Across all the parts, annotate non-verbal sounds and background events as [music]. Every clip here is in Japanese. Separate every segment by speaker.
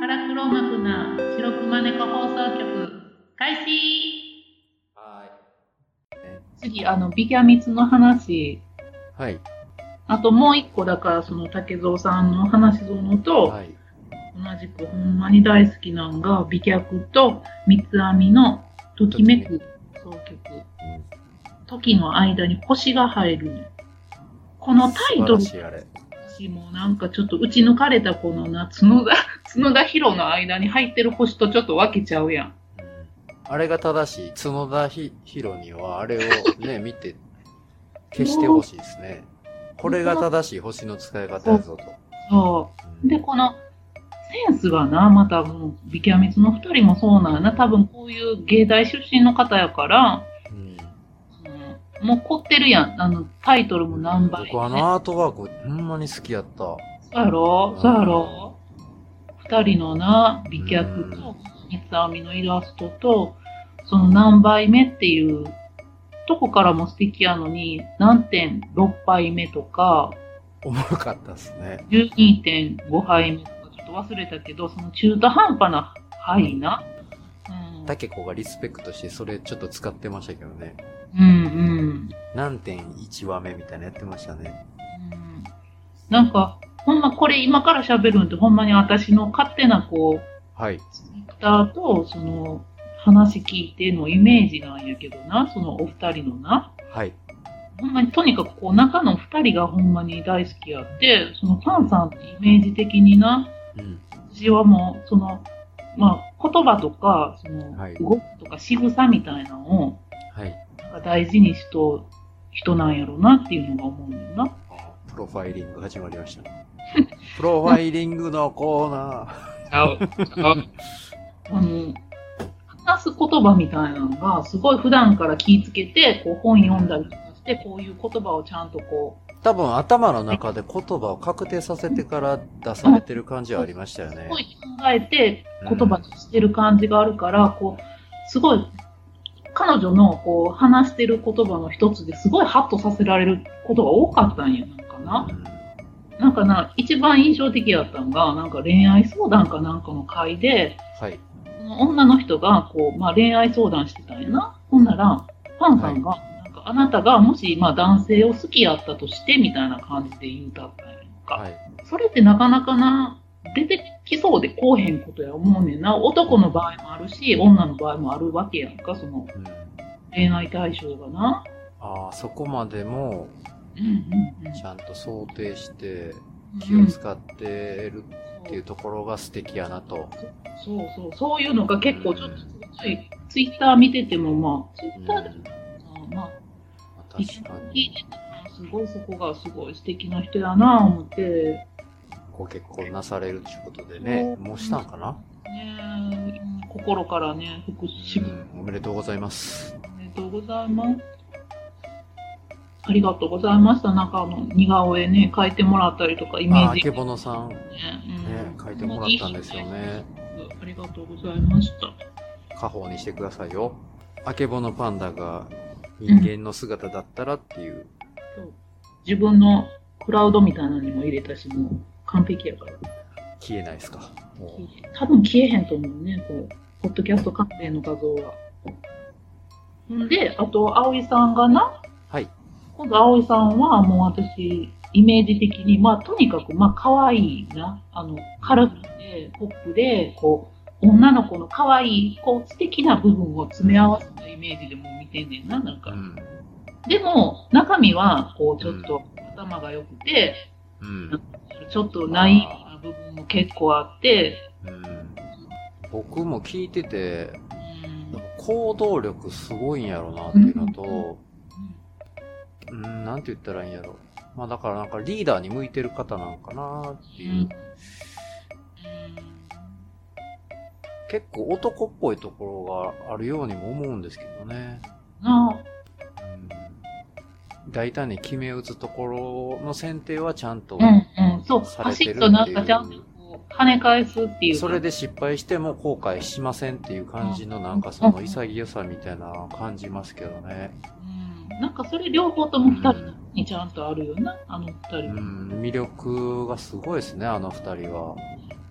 Speaker 1: 腹黒幕な白熊猫放送局開始
Speaker 2: は
Speaker 1: 次あのビキャミツの話
Speaker 2: い。はい。
Speaker 1: あともう一個だからその竹蔵さんの話そのと、
Speaker 2: はい。
Speaker 1: 同じくほんまに大好きなんが美脚と三つ編みのときめく双曲時の間に星が入るねこのタイトル
Speaker 2: 素晴らしいあれ。
Speaker 1: 私もなんかちょっと打ち抜かれたこのな角田角田博の間に入ってる星とちょっと分けちゃうやん
Speaker 2: うんあれが正しい。角田ひひろには、あれを
Speaker 1: [laughs]
Speaker 2: ね、見て、消してほしいですね。これが正しい星の使い方やぞと。
Speaker 1: そう
Speaker 2: うん
Speaker 1: で、このセンスがな、またもう、ビキャミツの2人もそうなんやな、多分こういう芸大出身の方やから、
Speaker 2: うん
Speaker 1: そのもう凝ってるやん、あのタイトルも何倍、ね、
Speaker 2: 僕あのアートワーク、ほんまに好きやった。
Speaker 1: そうやろ
Speaker 2: うん
Speaker 1: そうやろ2人のな、美脚
Speaker 2: う
Speaker 1: と三つ編みのイラストと、その何倍目っていうとこからも素敵やのに、何点6杯目とか、
Speaker 2: おもろかったですね。
Speaker 1: 12.5杯目とかちょっと忘れたけど、その中途半端な杯な。うん。
Speaker 2: タケコがリスペクトして、それちょっと使ってましたけどね。
Speaker 1: うんうん
Speaker 2: 何点1話目みたいなやってましたね。
Speaker 1: うん。なんか、ほんまこれ今から喋るんってほんまに私の勝手なこう、
Speaker 2: はい。
Speaker 1: ツイッターとその話聞いてのイメージなんやけどな、そのお二人のな。
Speaker 2: はい。
Speaker 1: ほんまにとにかくこう中の二人がほんまに大好きやって、そのパンさんってイメージ的にな、
Speaker 2: うん。
Speaker 1: 私はもう、その、まあ、言葉とか、その、
Speaker 2: はい
Speaker 1: 動きとか仕草みたいなのを、
Speaker 2: はい。
Speaker 1: なんか大事にしとう人なんやろうなっていうのが思うんだよな。
Speaker 2: あプロファイリング始まりました。プロファイリングのコーナ
Speaker 1: あの、話す言葉みたいなのが、すごい普段から気ぃつけて、こう本読んだりとかして、こういう言葉をちゃんとこう、
Speaker 2: ー。多分頭の中で言葉を確定させてから出されてる感じはありましたよ
Speaker 1: す
Speaker 2: ね
Speaker 1: ご。い考えて言葉にしてる感じがあるから、こう、すごい、彼女のこう話してる言葉の一つですごいハッとさせられることが多かったんや、なんかな。なんかな、一番印象的やったのが、なんか恋愛相談かなんかの会で、
Speaker 2: はい。
Speaker 1: その女の人がこう、まあ、恋愛相談してたんやな。ほんなら、パンさんが、なんかあなたがもし、まあ、男性を好きやったとして、みたいな感じで言うたったんやんか。
Speaker 2: はい。
Speaker 1: それってなかなかな、出てきそうでこうへんことや思うねんな。男の場合もあるし、女の場合もあるわけやんか、その
Speaker 2: うん、
Speaker 1: 恋愛対象がな。
Speaker 2: ああ、そこまでも
Speaker 1: うんうんうん
Speaker 2: ちゃんと想定して気
Speaker 1: う
Speaker 2: を
Speaker 1: ん
Speaker 2: 使ってるっていうところが素敵やなと。
Speaker 1: そうそうそう、そういうのが結構ちょっとつい、ツイッター見てても、まあ、ツイ
Speaker 2: う
Speaker 1: ッ
Speaker 2: ん、
Speaker 1: ターで
Speaker 2: 確
Speaker 1: も、まあ、
Speaker 2: か
Speaker 1: いい
Speaker 2: に。
Speaker 1: ねすごいそこがすごい素敵な人やなぁ思って、
Speaker 2: ご結婚なされるっていうことでね、もうしたんかな、
Speaker 1: ねえ心からね、福
Speaker 2: う
Speaker 1: 祉
Speaker 2: ん、おめでとうございます。
Speaker 1: おめでとうございます。ありがとうございました。なんかあの似顔絵ね、描いてもらったりとか、イメ
Speaker 2: ああ、
Speaker 1: ー
Speaker 2: あ
Speaker 1: ジ
Speaker 2: け
Speaker 1: ね、
Speaker 2: ぼのさん、ね、
Speaker 1: うん
Speaker 2: 書いてもらったんですよね。
Speaker 1: ありがとうございました。
Speaker 2: 家宝にしてくださいよ。あけぼのパンダが人間の姿だったらっていう。
Speaker 1: そう自分のクラウドみたいなのにも入れたし、もう完璧やから。
Speaker 2: 消えないですか。もう
Speaker 1: 多分消えへんと思うね、こう、ポッドキャスト関連の画像は。ほんで、あと、葵さんがな、
Speaker 2: はい。
Speaker 1: 今度葵さんはもう私、イメージ的に、まあ、とにかく、まあ、可愛いな、あの、カラフルで、ポップで、こう、女の子の可愛い、こう、素敵な部分を詰め合わせたイメージでもう見てんねんな、なん
Speaker 2: う
Speaker 1: か。
Speaker 2: ん。
Speaker 1: でも、中身は、こう、ちょっと頭が良くて、
Speaker 2: うん。
Speaker 1: ちょっとナイーブな部分も結構あって、
Speaker 2: うん、僕も聞いてて、
Speaker 1: うん
Speaker 2: 行動力すごいんやろなっていうのと、
Speaker 1: う
Speaker 2: うん、なんて言ったらいいんやろ。まあだからなんかリーダーに向いてる方なんかなっていう。結構男っぽいところがあるようにも思うんですけどね。
Speaker 1: な
Speaker 2: うん、大胆に決め打つところの選定はちゃんと、
Speaker 1: あ、うんうん、そう、
Speaker 2: され
Speaker 1: パシ
Speaker 2: てるってい
Speaker 1: ッ
Speaker 2: う
Speaker 1: となんかちゃんとこう跳ね返すっていうか。
Speaker 2: それ
Speaker 1: で、
Speaker 2: で失敗しても後悔しませんっていう感じのなんかその潔さみたいな感じますけどね。
Speaker 1: うん、なんかそれ両方とも二人にちゃんとあるよな、あの二
Speaker 2: う
Speaker 1: 人。
Speaker 2: ん、魅力がすごいですね、あの二人は。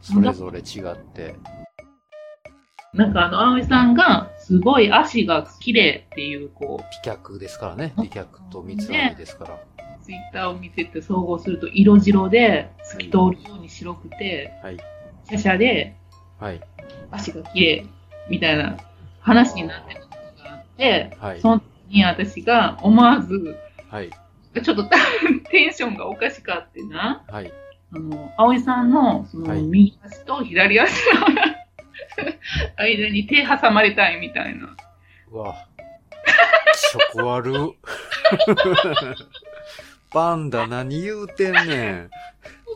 Speaker 2: それぞれ違って。
Speaker 1: なんかあの、葵さんが、すごい足が綺麗っていう、こ
Speaker 2: 美脚ですからね。美脚と三つ編みですから。
Speaker 1: う、ツイッターを見せて総合すると、色白で、透き通るように白くて、
Speaker 2: はい。
Speaker 1: シャシャで、
Speaker 2: はい。
Speaker 1: 足が綺麗みたいな話になってたことがあって、
Speaker 2: はい。
Speaker 1: その時に私が思わず、
Speaker 2: はい。
Speaker 1: ちょっと [laughs] テンションがおかしかってな、
Speaker 2: はい。
Speaker 1: あの、葵さんの、そ
Speaker 2: は
Speaker 1: の、
Speaker 2: い
Speaker 1: 右足と左足の [laughs] 間に手挟まれたいみたいな。
Speaker 2: うわ。気色悪。 [laughs] パンダ何言うてんねん。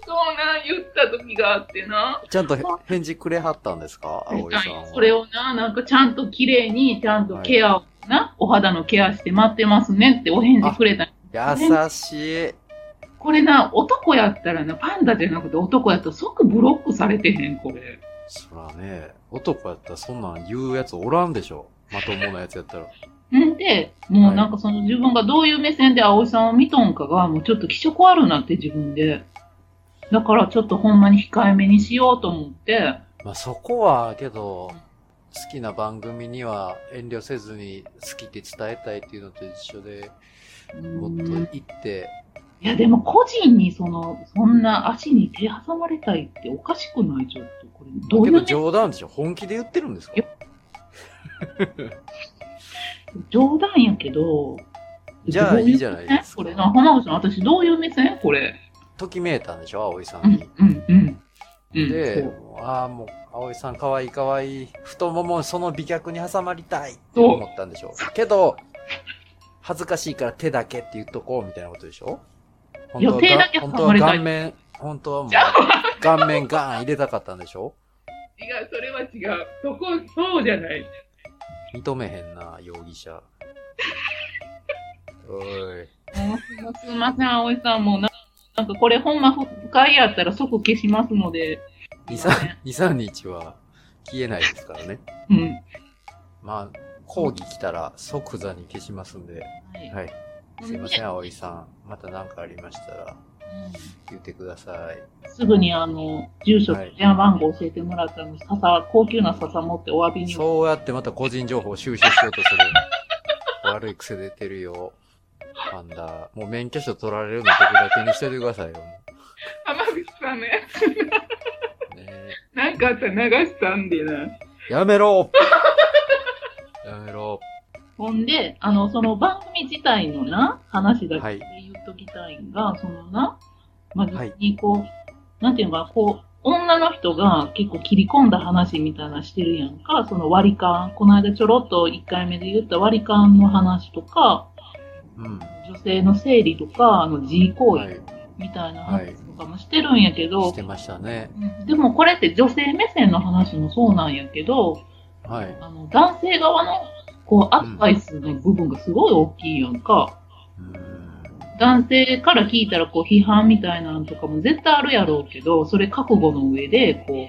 Speaker 1: そうな、言った時があってな。
Speaker 2: ちゃんとへ返事くれはったんですか葵さんは。
Speaker 1: それをな、なんかちゃんと綺麗に、ちゃんとケアをな、お肌のケアして待ってますねってお返事くれた。
Speaker 2: 優しい。
Speaker 1: これな、男やったらな、パンダじゃなくて男やったら即ブロックされてへん、これ。
Speaker 2: そらね、男やったらそんなん言うやつおらんでしょ。まともなやつやったら。 [laughs]
Speaker 1: んで、もうなんかその自分がどういう目線で葵さんを見とんかが、もうちょっと気色悪なって自分で。だからちょっとほんまに控えめにしようと思って、
Speaker 2: まあそこは、けど、好きな番組には遠慮せずに好きって伝えたいっていうのと一緒で、もっと
Speaker 1: うん
Speaker 2: 行って、
Speaker 1: いや、でも個人にその、そんな足に手挟まれたいっておかしくないちょっと。これ、どう
Speaker 2: け
Speaker 1: いう
Speaker 2: ど
Speaker 1: ね、
Speaker 2: 冗談でしょ本気で言ってるんですか
Speaker 1: 冗談やけど。
Speaker 2: じゃあいいじゃないですか
Speaker 1: どうう目線これな、浜口さん、私どういう目線これ。
Speaker 2: ときめいたんでしょ葵さ
Speaker 1: うん
Speaker 2: に
Speaker 1: ん。、うん、うん。うん
Speaker 2: で
Speaker 1: そう、
Speaker 2: ああ、もう、葵さんかわいいかわいい。太ももその美脚に挟まりたいって思ったんでしょけど、恥ずかしいから手だけって言っとこうみたいなことでしょ本
Speaker 1: いや
Speaker 2: 当は
Speaker 1: 手だけ挟
Speaker 2: 本当
Speaker 1: ま
Speaker 2: は
Speaker 1: りたい
Speaker 2: 顔面、本当はもう
Speaker 1: じゃあ、 [laughs]
Speaker 2: 顔面ガーン入れたかったんでしょ
Speaker 1: 違う、それは違う。そこ、そうじゃない。
Speaker 2: 認めへんな、容疑者。おい。
Speaker 1: もうすいません、葵さん、もうな、なんかこれほんま不快やったら即消しますので。
Speaker 2: 2、3、2 3日は消えないですからね。
Speaker 1: うん。は
Speaker 2: まあ、講義来たら即座に消しますんで。
Speaker 1: い。
Speaker 2: はい。すいません、
Speaker 1: ほ
Speaker 2: 葵さん。また何かありましたら。
Speaker 1: んで
Speaker 2: 言ってください。
Speaker 1: すぐにあの、住所
Speaker 2: はい、
Speaker 1: 電話番号教えてもらったので、笹、高級な笹持ってお詫びに。
Speaker 2: そうやってまた個人情報を収集しようと
Speaker 1: [laughs]
Speaker 2: する。悪い癖出てるよ。パンダ。もう免許証取られるのだけだけにしといてくださいよ。ね
Speaker 1: 浜口さんね、
Speaker 2: え
Speaker 1: なんかあったら流したんでな。
Speaker 2: や
Speaker 1: [laughs]
Speaker 2: めろやめろ。
Speaker 1: ほんで、あの、その番組自体のな、話だ
Speaker 2: は
Speaker 1: け
Speaker 2: い
Speaker 1: で言っときたいんが、そのな、ま
Speaker 2: は
Speaker 1: あ、
Speaker 2: い
Speaker 1: 実にこう、なんていうのかな、こう、女の人が結構切り込んだ話みたいなしてるやんか、その割り勘、この間ちょろっと1回目で言った割り勘の話とか、
Speaker 2: うん。
Speaker 1: 女性の生理とか、あの、自慰行
Speaker 2: は
Speaker 1: 為
Speaker 2: い。
Speaker 1: みたいな
Speaker 2: は
Speaker 1: 話
Speaker 2: い
Speaker 1: とかもしてるんやけど、
Speaker 2: してましたね。
Speaker 1: うんでもこれって女性目線の話もそうなんやけど、
Speaker 2: はい。
Speaker 1: あの男性側のこうアドバイスの部分がすごい大きいやんか、
Speaker 2: うーん
Speaker 1: 男性から聞いたらこう批判みたいなのとかも絶対あるやろうけどそれ覚悟の上でこ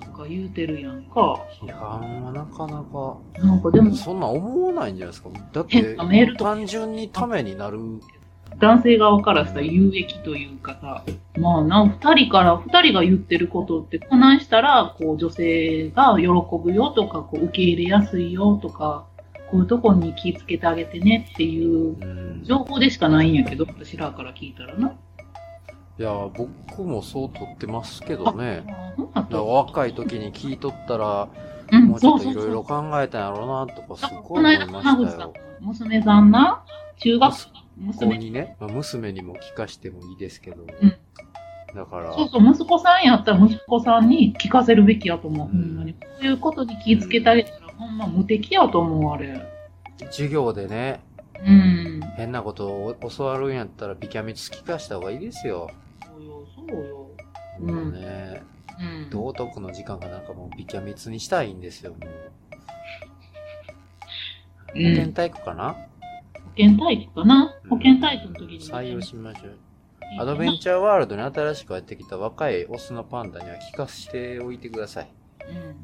Speaker 1: うなんか言うてるやんか
Speaker 2: 批判はなかなか。
Speaker 1: なんかでも
Speaker 2: そんな思わないんじゃないですか。だっ
Speaker 1: 変
Speaker 2: て
Speaker 1: な、メールとか
Speaker 2: 単純にためになる。
Speaker 1: 男性側からしたら有益というかさまあな2人から2人が言ってることってこないしたらこう女性が喜ぶよとかこう受け入れやすいよとかこういうとこに気ぃつけてあげてねっていう
Speaker 2: うん
Speaker 1: 情報でしかないんやけど、私らから聞いたらな。
Speaker 2: いや、僕もそう取ってますけど
Speaker 1: [laughs]
Speaker 2: ね。
Speaker 1: あ
Speaker 2: だから
Speaker 1: と
Speaker 2: 若い時に聞いとったら、
Speaker 1: うん
Speaker 2: もうちょっといろい
Speaker 1: そう
Speaker 2: ろ考えたんやろうな、とか
Speaker 1: そう
Speaker 2: す
Speaker 1: そう
Speaker 2: ご
Speaker 1: こ
Speaker 2: い
Speaker 1: の
Speaker 2: 思い
Speaker 1: 間、
Speaker 2: ま
Speaker 1: 浜口
Speaker 2: し
Speaker 1: さ
Speaker 2: た
Speaker 1: ん
Speaker 2: よ。、
Speaker 1: 娘さんな、中学生、
Speaker 2: 息子
Speaker 1: 娘、
Speaker 2: にね、まあ、娘にも聞かしてもいいですけど、
Speaker 1: ん
Speaker 2: だから、
Speaker 1: そうそう、息子さんやったら息子さんに聞かせるべきやと思う、
Speaker 2: うん
Speaker 1: ほんまに。こういうことに気ぃつけてあげたら、ほんま無敵やと思う、あれ。
Speaker 2: 授業でね、
Speaker 1: うん。
Speaker 2: 変なことを教わるんやったら、ビキャミツ聞かした方がいいですよ。
Speaker 1: そうよ、そうよ。うん
Speaker 2: もうね、
Speaker 1: うん。
Speaker 2: 道徳の時間がなんかもうビキャミツにしたいんですよ、もう。
Speaker 1: う
Speaker 2: 保健
Speaker 1: ん、
Speaker 2: 体育かな、
Speaker 1: 保健体育かな
Speaker 2: うん
Speaker 1: 保健体育の時に。
Speaker 2: 採用しましょう。アドベンチャーワールドに新しくやってきた若いオスのパンダには聞かせておいてください。
Speaker 1: うん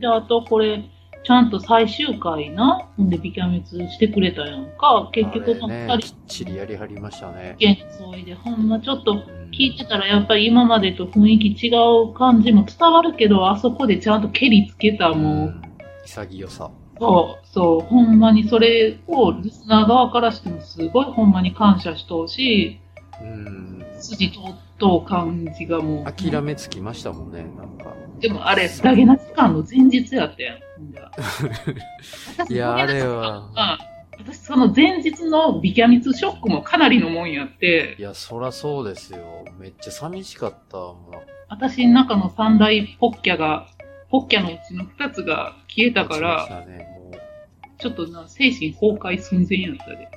Speaker 1: で、あとこれ、ちゃんと最終回な、ほんで、美キャミツしてくれたやんか、結局、
Speaker 2: あ
Speaker 1: その
Speaker 2: れ
Speaker 1: 二
Speaker 2: ね、き
Speaker 1: 人
Speaker 2: っちりやりはりましたね。
Speaker 1: 現相違で、ほんまちょっと、
Speaker 2: うん
Speaker 1: 聞いてたらやっぱり今までと雰囲気違う感じも伝わるけど、あそこでちゃんと蹴りつけたもう、
Speaker 2: 潔さ。
Speaker 1: そう、そう、ほんまにそれをリスナー側からしてもすごいほんまに感謝しとうし、
Speaker 2: うん。
Speaker 1: 筋通っとう感じがもう。
Speaker 2: 諦めつきましたもんね、なんか。
Speaker 1: でもあれ、ダゲナ期間の前日やってん。ほん
Speaker 2: [laughs]
Speaker 1: で
Speaker 2: いや、あれ。は。
Speaker 1: 私私その前日のビキャミツショックもかなりのもんやって
Speaker 2: い、や、そらそうですよ。めっちゃ寂しかったもん。
Speaker 1: 私の中の三大ポッキャが、ポッキャのうちの二つが消えたか
Speaker 2: 落ち
Speaker 1: ら、
Speaker 2: ましたね、もう
Speaker 1: ちょっとな、精神崩壊寸前やった
Speaker 2: [laughs]
Speaker 1: で。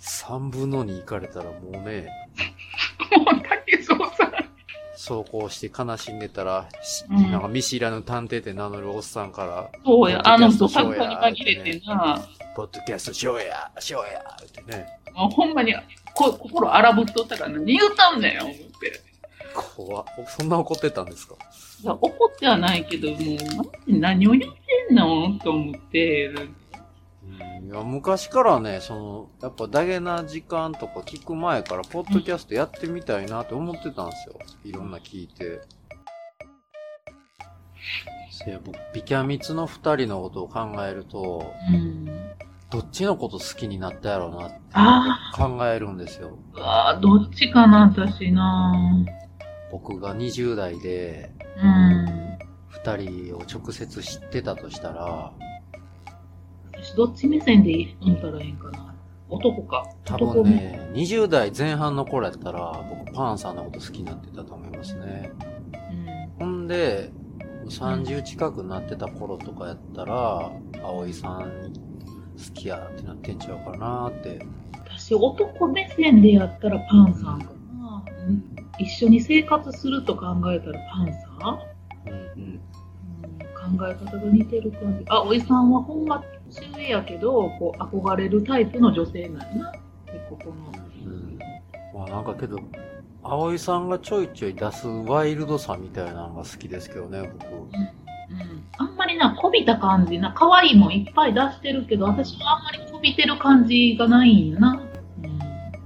Speaker 2: 3分の2行かれたらもうね、
Speaker 1: もう竹蔵さん。
Speaker 2: 走行して悲しんでたら、し
Speaker 1: うん
Speaker 2: なんか見知らぬ探偵って名乗るおっさんから、
Speaker 1: そうや、あの人、
Speaker 2: ポ
Speaker 1: サ
Speaker 2: ッド
Speaker 1: ッ
Speaker 2: キャ
Speaker 1: カ
Speaker 2: スト
Speaker 1: ーに紛れてな、
Speaker 2: ポッドキャストしようや、しようや、ってね、
Speaker 1: もうほんまにこ心荒ぶっとったから何言うたんだよ、思って。
Speaker 2: 怖っそんな怒ってたんですか
Speaker 1: いや怒ってはないけど、もう、マジ何を言ってんのと思って、
Speaker 2: うんいや昔からね、その、やっぱダゲな時間とか聞く前から、ポッドキャストやってみたいなって思ってたんですよ。いろんな聞いて。せや、僕、ビキャミツの二人のことを考えると、
Speaker 1: うん。
Speaker 2: どっちのこと好きになったやろうなって
Speaker 1: あ
Speaker 2: 考えるんですよ。
Speaker 1: あ、うわーどっちかな、私な。
Speaker 2: 僕が20代で、
Speaker 1: うん。
Speaker 2: 二人を直接知ってたとしたら、
Speaker 1: 私、どっち目線でいいんたらいいんかな。男か。
Speaker 2: 多
Speaker 1: 男
Speaker 2: 分ね、20代前半の頃やったら、僕、パンさんのこと好きになってたと思いますね。ほんで、30近くなってた頃とかやったら、葵さん好きやってなってんちゃうかなって。
Speaker 1: うん。私、男目線でやったらパンさんかな。うん一緒に生活すると考えたらパンさん
Speaker 2: うんうん。
Speaker 1: うん考え方が似てる感じあおいさんはほんま年上やけどこう憧れるタイプの女性なんやなでここの
Speaker 2: うんまあなんかけど、葵さんがちょいちょい出すワイルドさみたいなのが好きですけどね、僕。
Speaker 1: うんあんまりなこびた感じな可愛いもんいっぱい出してるけど私はあんまりこびてる感じがないんやな、うん、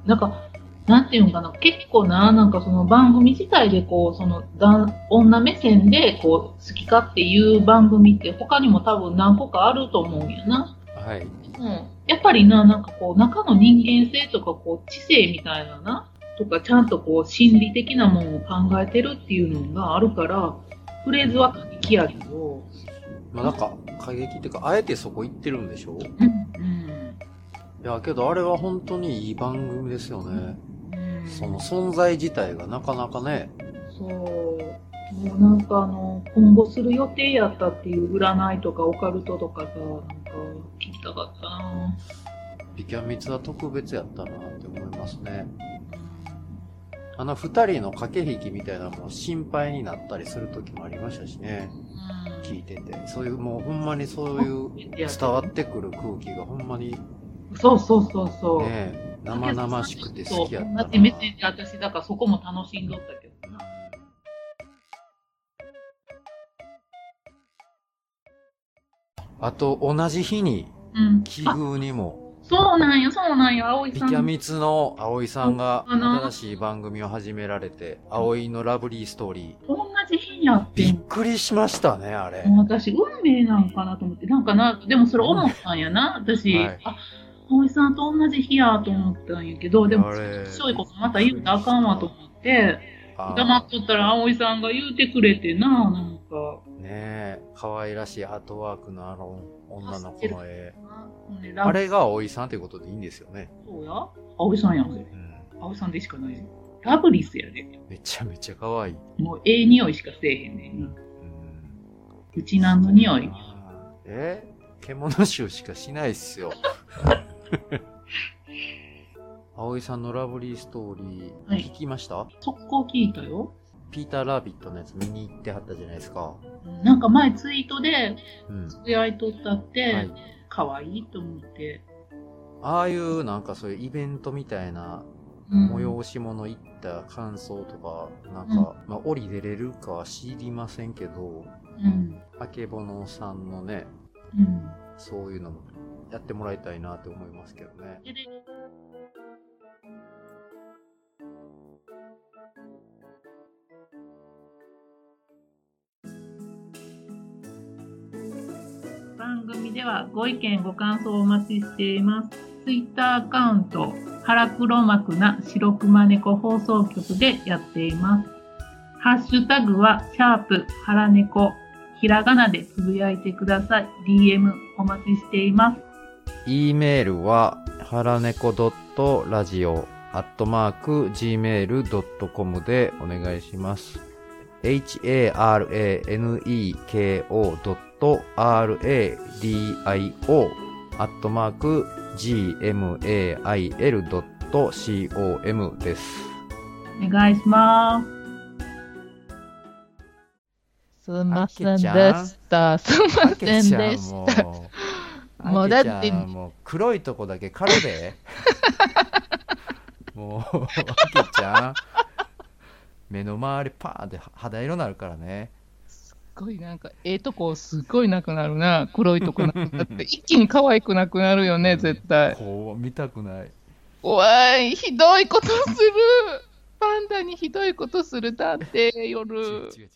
Speaker 1: なんかなんていうんかな結構ななんかその番組自体でこうその男女目線でこう好きかっていう番組って他にも多分何個かあると思うんやな
Speaker 2: はい。
Speaker 1: うん、やっぱりな、なんかこう、中の人間性とか、こう、知性みたいなな、とか、ちゃんとこう、心理的なものを考えてるっていうのがあるから、フレーズは過激やけど、
Speaker 2: まあなんか、過激っていうか、あえてそこ行ってるんでしょ
Speaker 1: うん、うん、
Speaker 2: いや、けどあれは本当にいい番組ですよね。
Speaker 1: うん、
Speaker 2: その存在自体がなかなかね、
Speaker 1: そう、もうなんかあの、今後する予定やったっていう占いとか、オカルトとかさ、なんか、聞きたかったな。
Speaker 2: ビキャミツは特別やったなって思いますね。
Speaker 1: うん
Speaker 2: あの二人の駆け引きみたいなのも心配になったりする時もありましたしね。聞いてて。そういう、もうほんまにそういう伝わってくる空気がほんまに
Speaker 1: そうそうそうそう。
Speaker 2: ね、生々しくて好きやった
Speaker 1: そう
Speaker 2: な
Speaker 1: 同。じ目線で私、だからそこも楽しんどったけどな。
Speaker 2: あと、同じ日に、
Speaker 1: うん。
Speaker 2: 奇
Speaker 1: あ、
Speaker 2: 遇にも、
Speaker 1: そうなんよ、そうなんよ、葵
Speaker 2: ビキ
Speaker 1: さん。
Speaker 2: ャミツの葵さんが
Speaker 1: あの
Speaker 2: 新しい番組を始められて、葵のラブリーストーリー。
Speaker 1: 同じ日にやって
Speaker 2: びっ
Speaker 1: ん
Speaker 2: くりしましたね、あれ。
Speaker 1: もう私、運命なんかなと思って、なんかな、でもそれ思ったんやな、私。
Speaker 2: はい
Speaker 1: あ、葵さんと同じ日やと思ったんやけど、でも、
Speaker 2: あれ
Speaker 1: そういうことまた言うたらあかんわと思って、
Speaker 2: あー
Speaker 1: 黙っとったら葵さんが言うてくれてな、なんか。
Speaker 2: ねえ、可愛らしいアートワークのあの女の子の絵。
Speaker 1: ほんでラブ
Speaker 2: あれが葵さんということでいいんですよね。
Speaker 1: そうや葵さんやん、それ。
Speaker 2: うん。
Speaker 1: 葵さんでしかないよラブリスやで。
Speaker 2: めちゃめちゃ可愛い。
Speaker 1: もう、ええ匂いしかせえへんねんな。
Speaker 2: うん。
Speaker 1: うちなんの匂い。
Speaker 2: あーえ獣臭しかしないっすよ。 [laughs] 葵さんのラブリーストーリー、
Speaker 1: はい
Speaker 2: 聞きました
Speaker 1: 速攻聞いたよ。
Speaker 2: ピーター・ラビットのやつ見に行ってはったじゃないですか。
Speaker 1: なんか前ツイートで、
Speaker 2: うん。
Speaker 1: つぶやいとったって、
Speaker 2: はい
Speaker 1: 可愛いと思って。
Speaker 2: ああいうなんかそういうイベントみたいな
Speaker 1: うん
Speaker 2: 催し物行った感想とか、なんか、まあ、折り出れるかは知りませんけど、
Speaker 1: うん。
Speaker 2: あけぼのさんのね、
Speaker 1: うん。
Speaker 2: そういうのもやってもらいたいなって思いますけどね。
Speaker 1: でで番組ではご意見ご感想をお待ちしていますツイッターアカウント「腹黒幕な白熊猫放送局」でやっていますハッシュタグは「シャープ腹猫」ひらがなでつぶやいてください DM お待ちしています
Speaker 2: E メールは、はらねこ .radio アットマーク gmail.com でお願いします。haraneko.radio アットマーク gmail.com です。
Speaker 1: お願いします
Speaker 3: すんませんでした。すんま
Speaker 2: あけ
Speaker 3: せんでし
Speaker 2: ち
Speaker 3: た
Speaker 2: ゃん。もう、
Speaker 3: もうだって
Speaker 2: あけちゃんもう黒いとこだけ狩る
Speaker 3: [laughs]
Speaker 2: で。もう、あけちゃん、目の周りパーンって肌色になるからね。
Speaker 3: すごいなんか、ええとこすごいなくなるな。黒いとこなくなって。一気に可愛くなくなるよね、絶対。
Speaker 2: こう、見たくない。
Speaker 3: 怖い。ひどいことする。パンダにひどいことするだって、
Speaker 2: 違う
Speaker 3: 夜
Speaker 2: 違う。違う違う